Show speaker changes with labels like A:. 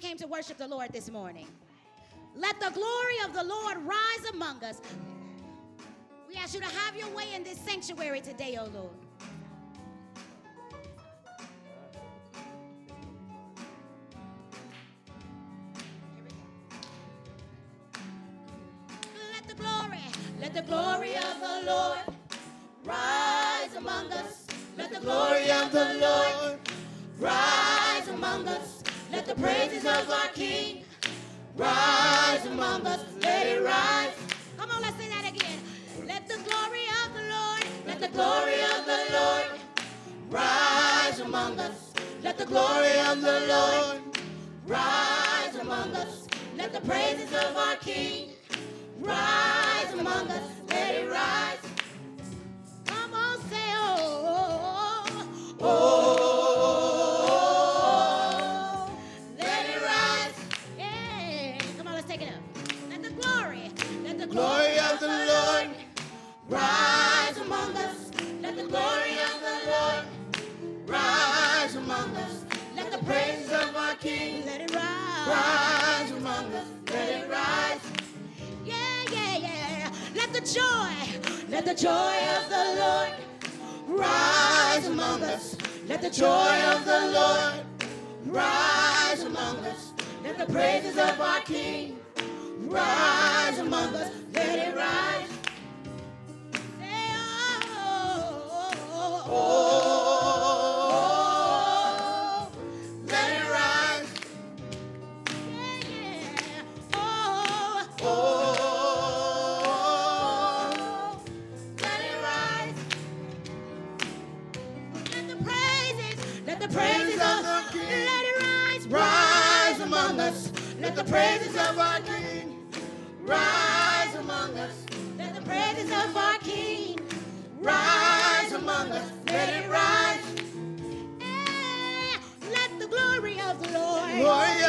A: came to worship the Lord this morning. Let the glory of the Lord rise among us. We ask you to have your way in this sanctuary today, O Lord. Let the glory, let the glory of the Lord rise among us. Let the glory of the Lord rise among us. Let the praises of our King rise among us. Let it rise. Come on, let's say that again. Let the glory of the Lord, let the glory of the Lord rise among us. Let the glory of the Lord rise among us. Let the praises of our King rise among us. Let it rise. Come on, say, oh, oh, oh, let it rise. Yeah. Come on, let's take it up. Let the glory, let the glory of the Lord rise among us. Let the glory of the Lord rise among us. Let the praise of our King let it rise. Rise among us. Let it rise. Yeah, yeah, yeah. Let the joy, let the joy of the Lord rise among us. Let the joy of the Lord rise among us. Let the praises of our King rise among us. Let it rise. Say, oh, oh, oh, oh, oh. Let it rise. Oh. Let the praises of the King let it rise, rise among us. Let the praises of our King rise among us. Let the praises of our King rise among us. Let it rise. Eh, Let the glory of the Lord.
B: Glory
A: oh, Oh. Oh.